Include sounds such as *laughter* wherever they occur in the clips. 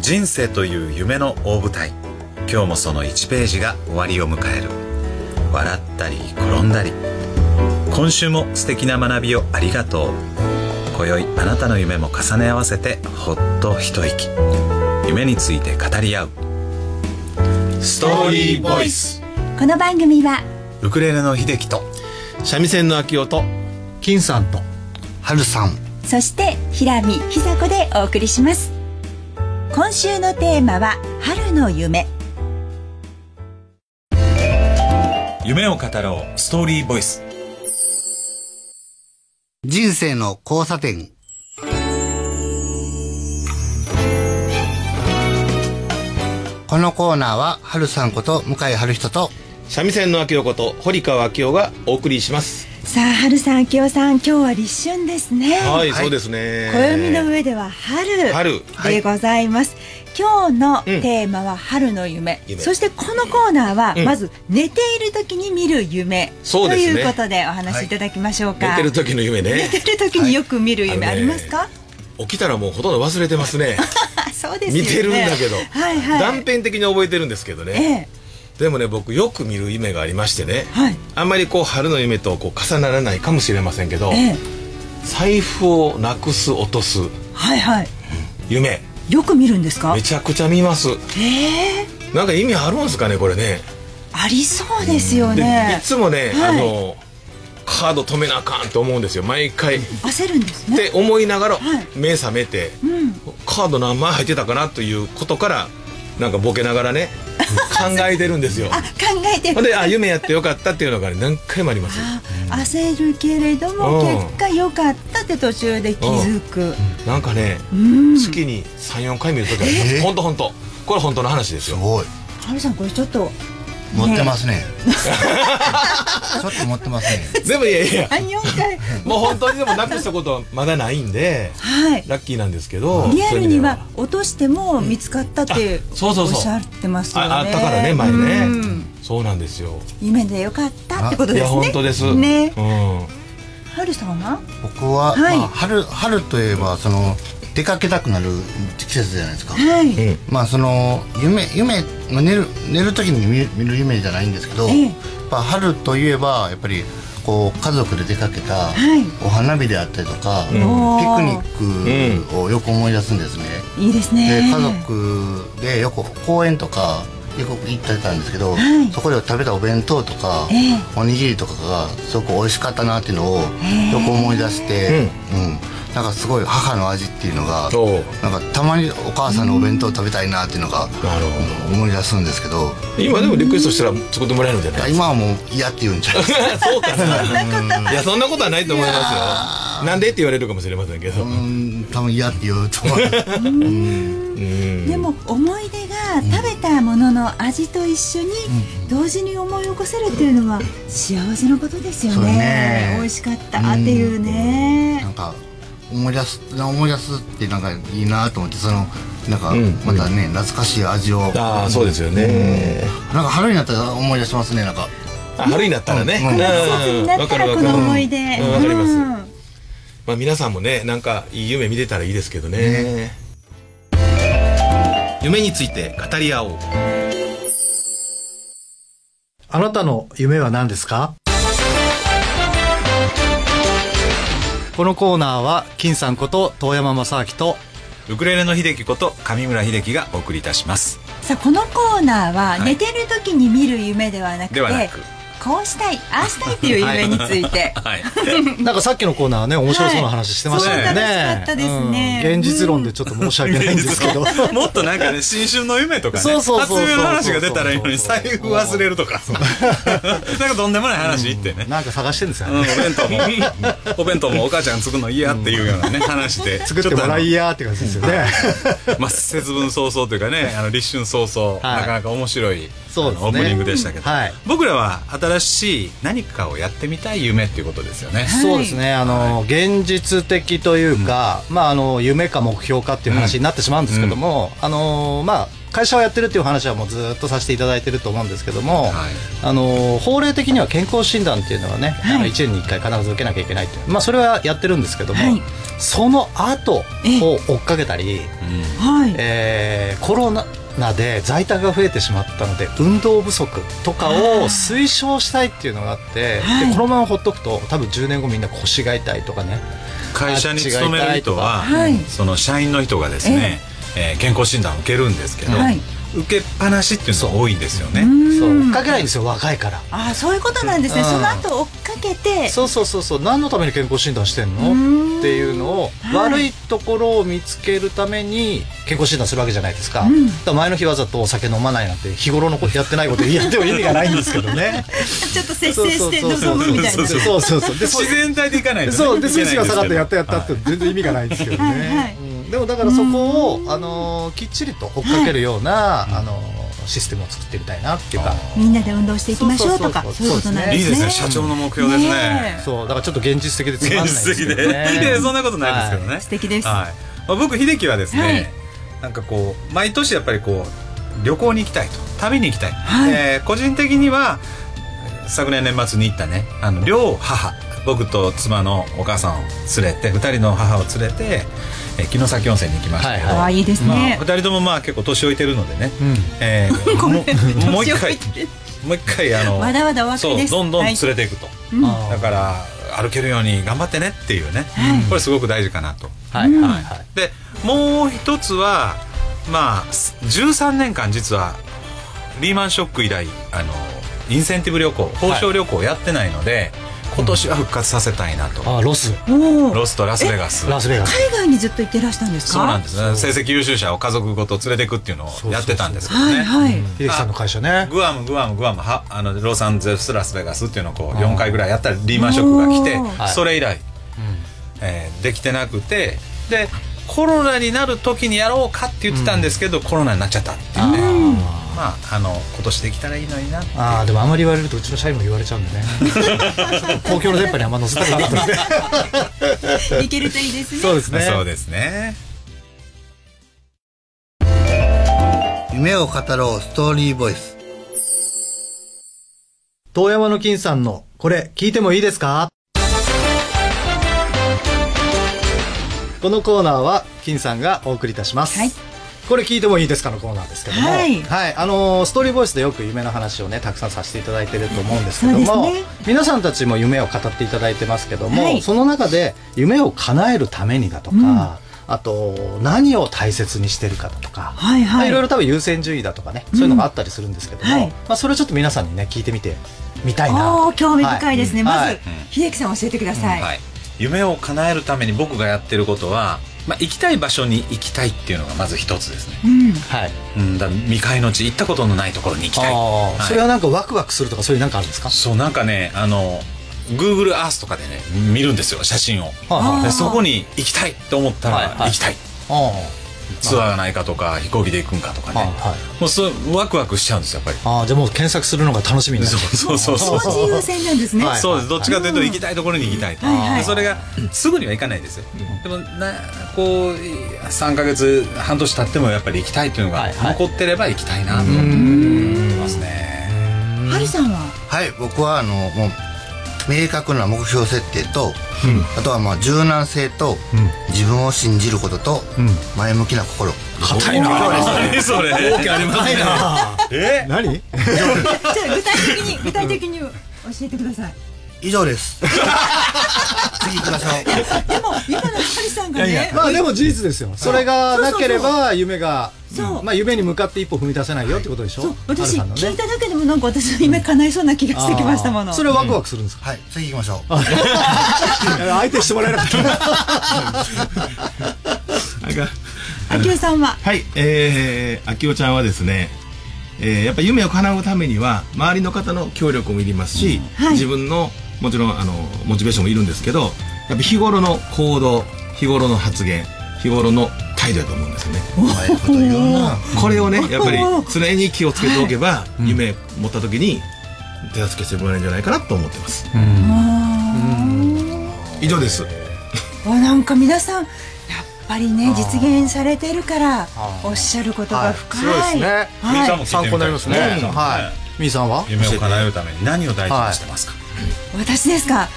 人生という夢の大舞台今日もその1ページが終わりを迎える笑ったり転んだり今週も素敵な学びをありがとう今宵あなたの夢も重ね合わせてほっと一息夢について語り合うストーリーボイスこの番組はウクレレの秀樹と三味線の秋音金さんと春さんそして平見ひざ子でお送りします今週のテーマは春の夢夢を語ろうストーリーボイス人生の交差点。このコーナーは、春さんこと向井春人と、三味線の秋音と堀川明夫がお送りしますさあ春さん秋代さん今日は立春ですねはい、はいそうですね暦の上では春春でございます、今日のうんテーマは春の夢、夢そしてこのコーナーはうんまず寝ている時に見る夢、そうとですねいうことでお話しいただきましょうか、寝てる時の夢ね寝てる時によく見る夢はいありますか、 *laughs* 起きたらもうほとんど忘れてますねあそうですよね見てるんだけど、はいはい断片的に覚えてるんですけどね、ええでもね僕よく見る夢がありましてね、はいあんまりこう春の夢とこう重ならないかもしれませんけど、ええ財布をなくす落とすはいはい夢よく見るんですかめちゃくちゃ見ますええなんか意味あるんですかねこれねありそうですよでねいつもね、はいあのカード止めなあかんと思うんですよ毎回っ焦るんですねて思いながらはい目覚めて、うんカード何枚入ってたかなということからなんかボケながらね考えてるんですよ *laughs* あ考えてほるんであ夢やってよかったっていうのが、ね、何回もありますあ焦るけれどもうん結果良かったって途中で気づくなんかね、うん月に34回見るときありますえ本当本当これ本当の話ですすよごい。ハルさんこれちょっと持ってますね。 *laughs* ちょっと持ってますね。でもいやいや34回 *laughs* もう本当にでもなくしたことはまだないんではいラッキーなんですけどリアルにそういう意味では落としても見つかったってあおそうそうそうっしゃってますよねああったからね前ねうんそうなんですよ夢で良かったってこといでやすね本当ですねうんハルさんは僕は、はいまあ、春、春といえば、その、出かけたくなる季節じゃないですか。はいうんまあその夢夢まあ寝る寝る時に見る見る夢じゃないんですけど、ええやっぱ春といえばやっぱりこう家族で出かけたはいお花火であったりとか、ピおークニックをよく思い出すんですね。いいですでね家族でよく公園とかよく行ってたんですけど、はいそこで食べたお弁当とか、ええおにぎりとかがすごく美味しかったなっていうのをよえく思い出して、うんなんかすごい母の味っていうのがそうなんかたまにお母さんのお弁当食べたいなっていうのがなる思い出すんですけど今でもリクエストしたら作ってもらえるんじゃない今はもう嫌って言うんちゃいます *laughs* そうかないやそんなことはないと思いますよなんでって言われるかもしれませんけどうーん多分嫌って言うと思ううんでも思い出が食べたものの味と一緒に同時に思い起こせるっていうのは幸せのことですよそうねね美味しかったっていうねなんか思い出す思い出すってなんかいいなと思ってそのなんかうんまたね、懐かしい味をああそうですよねなんか春になったら思い出しますねなんかあ春になったらねうんうん夏になったらこの思い出うんわかりますうんまあ皆さんもねなんかいい夢見てたらいいですけどね夢について語り合おうあなたの夢は何ですかこのコーナーは金さんこと遠山正明 *laughs* とウクレレの秀樹こと上村秀樹がお送りいたしますさあこのコーナーははい寝てる時に見る夢ではなくてではなくこうしたいああしたいっていう夢につい *laughs* てはいなんかさっきのコーナーはね面白そうな話してましたよね、はいそう楽しかったですねうん現実論でちょっと申し訳ないんですけど *laughs* もっとなんかね新春の夢とかねそうそうそうそう初夢の話が出たらいいのに財布忘れるとか *laughs* なんかとんでもない話言ってね、なんか探してるんですようん、おね、弁当もお弁当もお母ちゃん作るの嫌っていうようなね話で作ってもらいやーって感じですよねまあ、節分早々というかねあの立春早々、はいなかなか面白いそうあですのねオープニングでしたけど、うんはい僕らは新しい何かをやってみたい夢っていうことですよね、そうですねあの、現実的というか、まあ、あの夢か目標かっていう話になってしまうんですけども、あのまあ、会社をやってるっていう話はもうずっとさせていただいてると思うんですけども、はいあの法令的には健康診断っていうのはね、あの1年に1回必ず受けなきゃいけないっていう、まあ、それはやってるんですけども、はいその後ええを追っかけたり、はい。えーコロナで在宅が増えてしまったので運動不足とかを推奨したいっていうのがあって、はいでこのまま放っとくと多分10年後みんな腰が痛いとかね会社に勤める人は、はいその社員の人がですね、えー健康診断を受けるんですけど、はい受けっぱなしっていうのが多いんですよね、そううん追っかけないんですよ若いから。ああそういうことなんですね。うんその後追っかけて、そうそうそうそう何のために健康診断してんのうんっていうのを、はい悪いところを見つけるために健康診断するわけじゃないですか,、うんだから前の日わざとお酒飲まないなんて日頃のことやってないことやっても意味がないんですけど *laughs* ねちょっと節制して臨むみたいそうな。そうそうそうでそう自然体でいかないとねそうでいけない選んすけど手が下がってやったやったって全然意味がないんですけどね、はいはいうんでもだからそこを、あのーきっちりと追っかけるような、あのーシステムを作ってみたいなっていうか、みんなで運動していきましょうとかそうそそうういうそうことなんですね。いいですね社長の目標ですねねそうだからちょっと現実的でつまんない現実ですけ的どで、ねいやそんなことないですけどね、は素敵です。はいまあ、僕秀樹はですね、はいなんかこう毎年やっぱりこう旅行に行きたいと旅に行きたい、はいえー個人的には昨年年末に行ったねあの両母僕と妻のお母さんを連れて2人の母を連れて、えー城崎温泉に行きましたけど、はいああいいですまあ、ね2。人ともまあ結構年老いてるのでね、うんえー *laughs* ごめんももう一年老回いてるもう一回あのわだわだお若いですそうどんどんは連いれていくと、うんあーだから歩けるように頑張ってねっていうね、はいこれすごく大事かなとはいはいはいでもう一つはまあす13年間実はリーマンショック以来あのインセンティブ旅行報奨旅行をやってないので、今年は復活させたいなと、あロスおお。ロスとラスベガスラスベガス海外にずっと行ってらしたんですか。そうなんですね成績優秀者を家族ごと連れてくっていうのをやってたんですけどねはいはい。秀樹さんの会社ねグアムグアムグアムはあのロサンゼルスラスベガスっていうのをこう4回ぐらいやったらリーマンショックが来ておーはいそれ以来、えーできてなくてでコロナになる時にやろうかって言ってたんですけど、コロナになっちゃったっていうねまああの今年できたらいいのになああでもあんまり言われるとうちの社員も言われちゃうんで *laughs* ね公共の電波にあんま載せたくなかったんで行けるといいですね。そうですねそうですね夢を語ろうストーリーボイス遠山の金さんのこれ聞いてもいいですかこのコーナーは金さんがお送りいたします、はいこれ聞いてもいいですかのコーナーですけども、はいあのーストーリーボイスでよく夢の話をねたくさんさせていただいてると思うんですけどそうも、ですね皆さんたちも夢を語っていただいてますけども、はいその中で夢を叶えるためにだとか、うんあと何を大切にしてるかだとか、はいまはあい。いろいろ多分優先順位だとかね、そういうのがあったりするんですけども、はいまあ、それをちょっと皆さんにね聞いてみてみたいおなお興味深いですね。はまはず秀樹さん教えてください。はい、夢を叶えるために僕がやってることは、まあ、行きたい場所に行きたいっていうのがまず一つですね、うん。はい、うん、だから未開の地行ったことのないところに行きたい、あーはいそれはなんかワクワクするとかそういうなんかあるんですかそうなんかねあの Google Earth とかでね見るんですよ写真をあーでそこに行きたいと思ったはいらはい行きたい、あツアーがないかとか飛行機で行くんかとかー、はいねはい、もうそうワクワクしちゃうんですよやっぱりあーじゃあもう検索するのが楽しみになるそう *laughs* そうそうそそうう自優先なんですね。はいそうですどっちかというと行きたいところに行きたいと、はいはいでそれがすぐには行かないですよ、でもなこう3か月半年経ってもやっぱり行きたいというのがはいはい残ってれば行きたいなと思ってますね、ハリさんは。はい僕はあのもう明確な目標設定と、あとはまあ柔軟性と、自分を信じることと、前向きな心硬いな何 *laughs* それ大きありますねあーえ何じゃあ具体的に具体的に教えてください。以上です *laughs* 次行きましょうでも今のハリさんがね。まあでも事実ですよそれがなければ夢がそうまあ、夢に向かって一歩踏み出せないよってことでしょ、そう私ハルさ聞いんのねただけでもなんか私の夢叶いそうな気がしてきましたもあの。ーそれはワクワクするんですか、はい次行きましょう *laughs* 相手してもらえなかった秋代さんは。はい、えー、秋代ちゃんはですね、えー、やっぱ夢を叶うためには周りの方の協力もいりますし、はい自分のもちろんあのモチベーションもいるんですけどやっぱ日頃の行動日頃の発言日頃の態度だと思うんですよねうまいこと言うなこれをねやっぱりお常に気をつけておけば、夢持った時に手助けしてもらえるんじゃないかなと思ってます以上ですわなんか皆さんやっぱりね実現されてるからおっしゃることが深い。はいそうですねみーちゃんはもい。参考になりますね聞いてみたいですねはいみーさんは夢を叶えるために何を大事にしてますか、私ですか。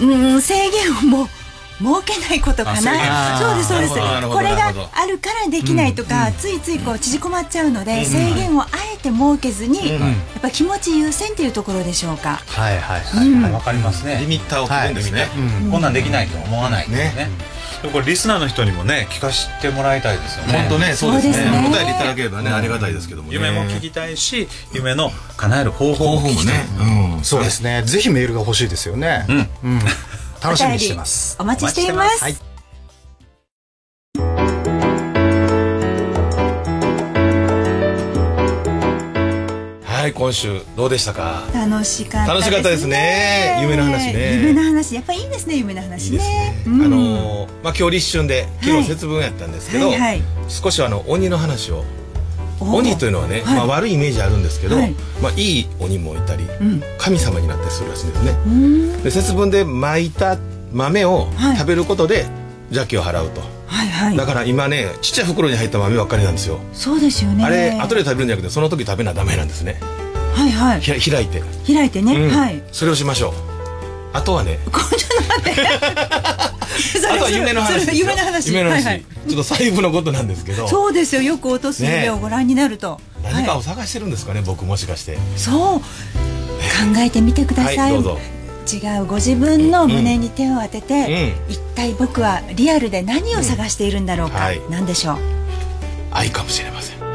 うーん制限をもう儲けないことかなそうかそうですそうですこなるほどれながるほどあるからできないとか、ついついこう縮こまっちゃうので、制限をあえて設けずに、やっぱ気持ち優先っていうところでしょうか、はいはいはいはいわかりますねリミッターを切るんですね、うんこんなんできないと思わないねねでもこれリスナーの人にもね聞かせてもらいたいですよね本当ねそうですねそうですねお便りいただければね、ありがたいですけども、ね、夢も聞きたいし夢の叶える方法方も法聞もきたいね、うん、そうですねぜひメールが欲しいですよねうん楽しみにしてますお待ちしていますお待ちしはい今週どうでしたか楽しかった楽しかったですね夢の話ね夢の話やっぱいいですね夢の話ねいいですね、うんあのーまあ今日立春で昨はい日節分やったんですけど、はいはい少しあの鬼の話をお鬼というのはね、はいまあ、悪いイメージあるんですけど、はいいまあ、いい鬼もいたり、ん神様になったりするらしいんですねうーんで節分で巻いた豆をはい食べることで邪気を払うと、はいはいだから今ねちっちゃい袋に入った豆ばっかりなんですよ、そうですよねあれ後で食べるんじゃなくてその時食べなダメなんですねはいはいひら開いて、開いてね、うんはい *laughs* それをしましょうあとはね *laughs* それあとは夢の話それですよ夢の話夢の話、はいはいちょっと細部のことなんですけどそうですよよく落とす夢をご覧になると、何かはを探してるんですかね、僕もしかしてい、そう考えてみてくださ、はいいどうぞ違うご自分の胸に手を当てて、う一体僕はリアルで何を探しているんだろうか、うんはい何でしょう愛かもしれません